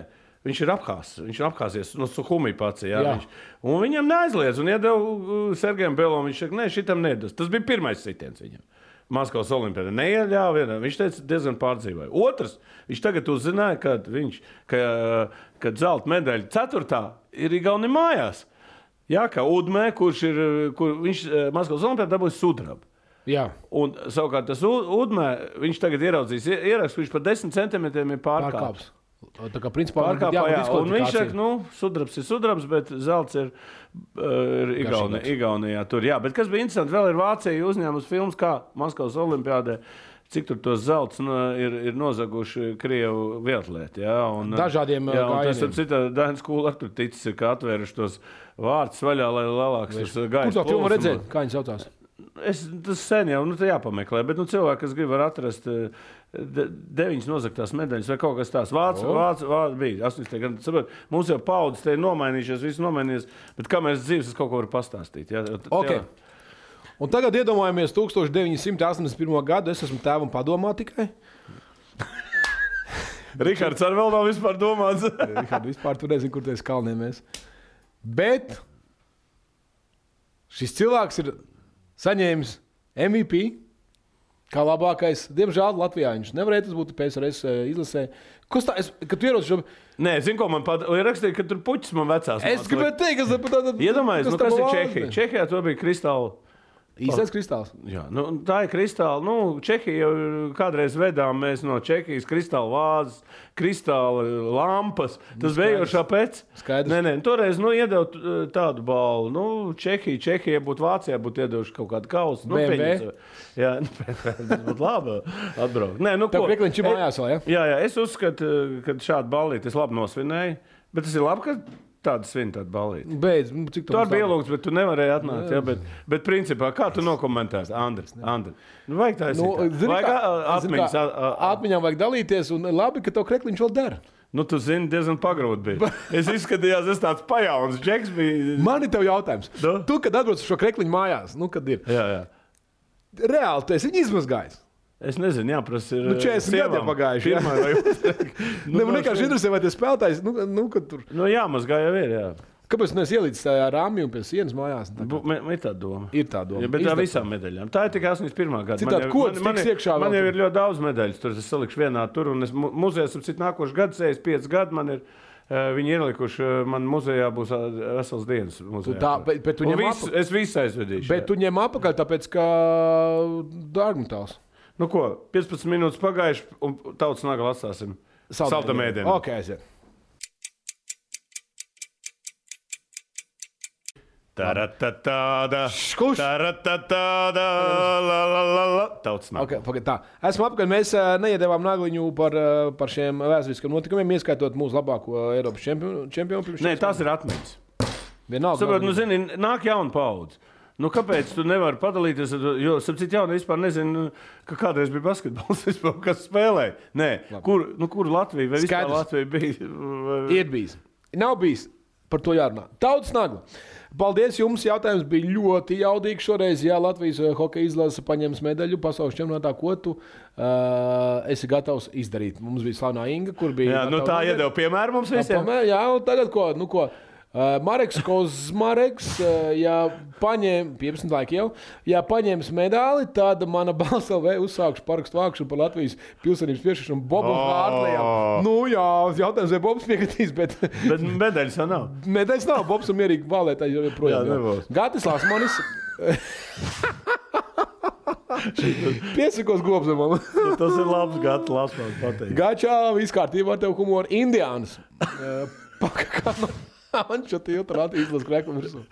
B: viņš ir apkāsis, viņš ir apkāsies no Suhumi pats. Jā,
A: Jā.
B: jā. Un viņam neaizliedz, un iedeva uh, Sergejam Belovam, viņš saka, nē, šitam nedos. Tas bija pirmais sitiens viņam. Maskavas olimpiāda neieļāva. vienā. Viņš teica, diezgan pārdzīvoja. Otrs, viņš tagad uzzināja, ka, viņš, ka, ka zelta medaļa ceturtā ir Igauni mājās. Jā, kā Udmē, kurš ir, kur viņš eh, Maskavas olimpiāda dabūja sudrabu.
A: Jā,
B: Un, savukārt, tas U- Udmē, viņš tagad ieraudzīs ie- ierakstu, viņš par desmit centimetriem ir pārkāpis.
A: pārkāps. Tā kā principā viņam būtu
B: Pārkāpā, jā,
A: jābūt
B: un viņš
A: diskvalifikācijai.
B: saka, nu, sudrabs ir sudrabs, bet zelts ir, uh, ir Igauni,
A: Garšīgāks.
B: Igaunijā. Tur, jā, bet kas bija interesanti, vēl ir Vācija uzņēmusi filmas, kā Maskavas Olimpiādē. Cik tur tos zelts nu, ir, ir nozaguši krievu vietlietu? Jā, un, eh,
A: Dažādiem,
B: jā,
A: uh,
B: un tas
A: gājieniem.
B: ir cits. Dainis Kūlis tur ticis, ir, ka atvēruši tos vārdus vaļā, lai lielāks tas uh,
A: Kur
B: gaisa
A: to filmu
B: plūsma-
A: redzēt? Kā viņi saucās?
B: Es, tas sen jau nu, tā jāpameklē, bet nu, cilvēki, kas grib var atrast eh, de, deviņas nozaktās medaļas vai kaut kas tāds, vācu,
A: O.
B: oh. vācu, vācu bija 80. gadi. Saprot, Mums jau paudzes te ir nomainījušās, viss nomainījies, bet kamēr es dzīves, es kaut ko varu pastāstīt. Jā, T-
A: Ok.
B: jā.
A: Un tagad iedomājamies 1981. gadu. Es esmu tēvam padomā tikai.
B: Rihards arī vēl nav vispār domāts.
A: Rihard, vispār tur nezinu, kur tas kalnēmies. Bet šis cilvēks ir saņēmis MVP. Kā labākais, diemžēl Latvijā viņš nevarēja tas būt PSRS eh, izlasē. Kas tā, es, kad tu ierodas šo...
B: Nē, zinu, ko man pat ir rakstījis, ka tur puķis man vecās.
A: Es
B: mācīja.
A: gribēju teikt, kas tā tad...
B: Iedomājieties, nu, kas ir Čehija. Čehijā to bija kristāli.
A: Īstais kristāls.
B: Jā, nu, tā ir kristāla. Nu, Čehija jau ir- kādreiz vedām mēs no Čehijas kristāla vāzes, kristāla lampas. Tas vējošā pēc.
A: Nu, Skaidrs.
B: Nē, nē, toreiz nu, iedot tādu balvu. Nu, Čehija, Čehija būtu Vācijā, būtu iedoduši kaut kādu kausu. Nu,
A: BMW.
B: pieņemsim. jā, nu, tas būtu labi atbraukt. Nē, nu,
A: Tev
B: ko?
A: priekliņš ir
B: E-
A: mājās vēl, ja?
B: Jā, jā, es uzskatu, ka šādu ballīti es labi nosvinēju, bet tas ir labi, ka tādu svin tādu ballīti.
A: Beidz, nu, cik
B: Tu
A: mums
B: arī biji
A: tā-
B: ielūgts, bet tu nevarēji atnākt. Jā, bet, bet principā, kā tu nokomentēsi, Andris? Andri. Nu, vajag tā
A: Nu,
B: izsākt.
A: zini
B: Vajag
A: kā,
B: ā,
A: zini kā,
B: atmiņas. ā, ā, ā.
A: Atmiņām vajag dalīties, un labi, ka to krekliņš vēl dara.
B: Nu, tu zini, diezgan pagrūti bija. Es izskatījos, es tāds pajauns džeks bija.
A: Man ir tev jautājums.
B: Nu?
A: Tu, kad atbrauc uz šo krekliņu mājās, nu, kad ir
B: Jā, jā.
A: reāli, tu esi viņu izmazgājis.
B: Es nezinu, jāprasa.
A: Nu, 40 gadi jau pagājuši, jā.
B: Pirmā vai otrā.
A: Nu, nu, man vienkārši interesē, vai tas spēlētājs, nu, nu, kad tur.
B: Nu, jā, mazgā jau ir. Jā.
A: Kāpēc tu neesi ielicis tajā rāmī un pie sienas mājās? Tā kā-
B: Bu- Man man ir tā doma.
A: Ir tā doma.
B: Ja, bet tā
A: Izdabū.
B: visām medaļām. Tā ir tikai 81. gada.
A: Citādi kods
B: man,
A: tiks
B: ir-
A: iekšā vēl
B: man jau
A: tur.
B: ir ļoti daudz medaļu. Tur es salikšu vienā tur. Un es mu- muzejā, ap citu, nākošu gadu, 65 gadu, man ir. eh, Viņi ielikuši eh, man muzejā, būs eh, vesels dienas. Muzejā.
A: tā- bet- bet tu
B: Un
A: ņem
B: visu,
A: apu-
B: es visu aizvedīšu. jā.
A: Bet tu ņem apakaļ, tāpēc, ka dārgumtāls.
B: Nu, ko, 15 minūtes pagājuši, un tautas nagla atstāsim. Salda mēdienu.
A: Ok, aiziet.
B: Taratāda.
A: Škuš.
B: Taratāda. La la la la. Tautas nagla.
A: Okay, pagad, tā. Esmu apakaļ. Mēs ā, neiedavām nagliņu par, ā, par šiem vēsturiskiem notikumiem, ieskaitot mūsu labāko ā, Eiropas čempionu. čempionu pirms
B: Nē,
A: šīs-
B: tās ir atmiņas.
A: vienalga.
B: Saprot, nu,
A: nagliņu.
B: zini, nāk jauna paudze. Nu, kāpēc tu nevari padalīties? ar to? Jo, saprāt, jaunu vispār nezinu, nu, ka kādreiz bija basketbols, vispār, kas spēlēja. Nē, kur, nu, kur Latvija vai vispār
A: Skaidrs.
B: Latvija bija? Vai-
A: Ir bijis. Nav bijis. Par to jārunā. Tautas nagla. Paldies jums. Jautājums bija ļoti jaudīgs šoreiz. Ja Latvijas eh, hokeja izlase paņems medaļu pasaules čempionātā, ko tu uh, esi gatavs izdarīt? Mums bija slavna Inga, kur bija.
B: Jā, nu, tā
A: gatava medaļu.
B: iedeva piemēru mums visiem.
A: Tomēr, jā, un tagad ko? Nu, ko? Uh, Marks Kozmareks, uh, ja paņēma 15 laika jau, ja paņēmis medāli, tad mana balss LV uzsākšu parakstu vākšanu par Latvijas pilsonības piešķiršanu Bobam
B: Oh!
A: oh. Hārlējam. Nu jā, jautājums, vai Bobs piekritīs, bet
B: Bet medaļas jau nav.
A: medaļas nav. Bobs ir mierīgi vēlētājs jau
B: Jā,
A: joprojām.
B: nebūs.
A: Gatis Lāsmanis. Piesakos gobzemam.
B: Nu, tas ir labs gads, labs man pateikt.
A: Gačā, viss kārtībā ar tevi humoru. Indiāns. Eh, Pakakā no Anča tilta rāta izlas krēkumu virsū.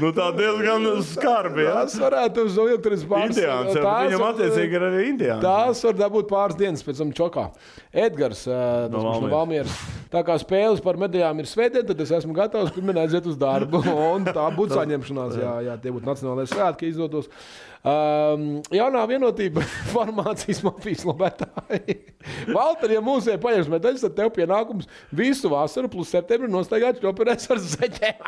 B: Nu, tā diezgan skarbi. Ja?
A: Tas varētu uz zoviem, tur ir pāris.
B: Indiāns, jā, bet
A: tās
B: viņam
A: var-
B: attiecīgi ir arī indiāns.
A: Tās var dabūt pāris dienas pēc tam čokā. Edgars, eh, tas
B: No
A: būs no Valmieras. Tā kā spēles par medaļām ir svētdien, tad es esmu gatavs pirmie aiziet uz darbu. Un tā būtu saņemšanās, jā, jā, tie būtu nacionālais svētki, izdotos. Um, jaunā vienotība farmācijas mafijas lobētāji. Valter, ja mūsu ir paņemts medaļas, tad tev pienākums visu vasaru plus septembri nostaigāt šoperēs ar zeķēm.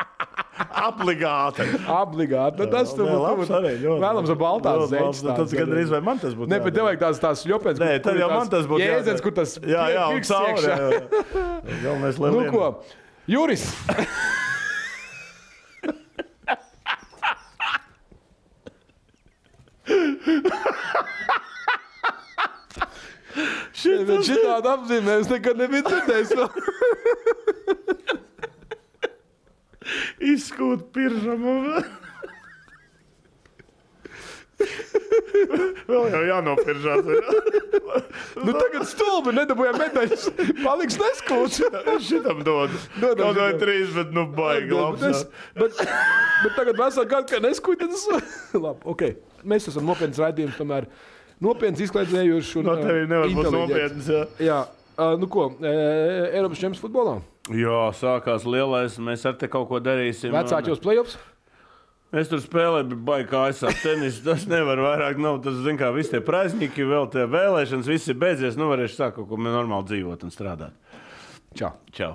B: Obligāti.
A: Obligāti. Nu, tas tur
B: Nē, labs
A: būtu
B: arī, ļoti
A: Vēlams, ar baltā
B: Ļoti
A: zeķu.
B: labs, nu, Tas gandrīz vai man tas būtu.
A: Ne, bet tev vajag tās tās jopēns.
B: Nē, tad jau man tas būtu.
A: Jēzens, kur tas
B: jā, jā, un
A: pirksts
B: cauri.
A: iekšā.
B: jā, jā. Galvenais, lai
A: Nu
B: lien.
A: ko, Juris. Bet šitādu apzīmē es nekad nebiju dzirdējis. vēl.
B: izskūt piržam. Vēl jau jānopirkt.
A: Nu tagad stulbi nedabūja medaļas. Paliks neskūts.
B: Šitam dod.
A: Dodam
B: Kaut vai
A: šitam.
B: trīs, bet nu baigi. labs,
A: Bet, es,
B: jā.
A: bet, bet tagad vesel gadu, ka neskūties. Labi, ok. Mēs esam nopietns raidījums, tomēr nopietns izklaidzējuši. un,
B: No
A: uh,
B: tevis nevar būt
A: inteliģents.
B: nopietns. Jā.
A: Jā, uh, nu ko, e, Eiropas čempions futbolā.
B: jā, sākās lielais. Mēs ar te kaut ko darīsim.
A: Vecākajos playoffs.
B: Es tur spēlēju, bija baigi kā aizsākt tenisu. Tas nevar vairāk, nav tas, zin, kā visi tie prazniki, vēl tie vēlēšanas, viss ir beidzies. Nu, varēšu sākt kaut ko normāli dzīvot un strādāt.
A: Čau!
B: Čau!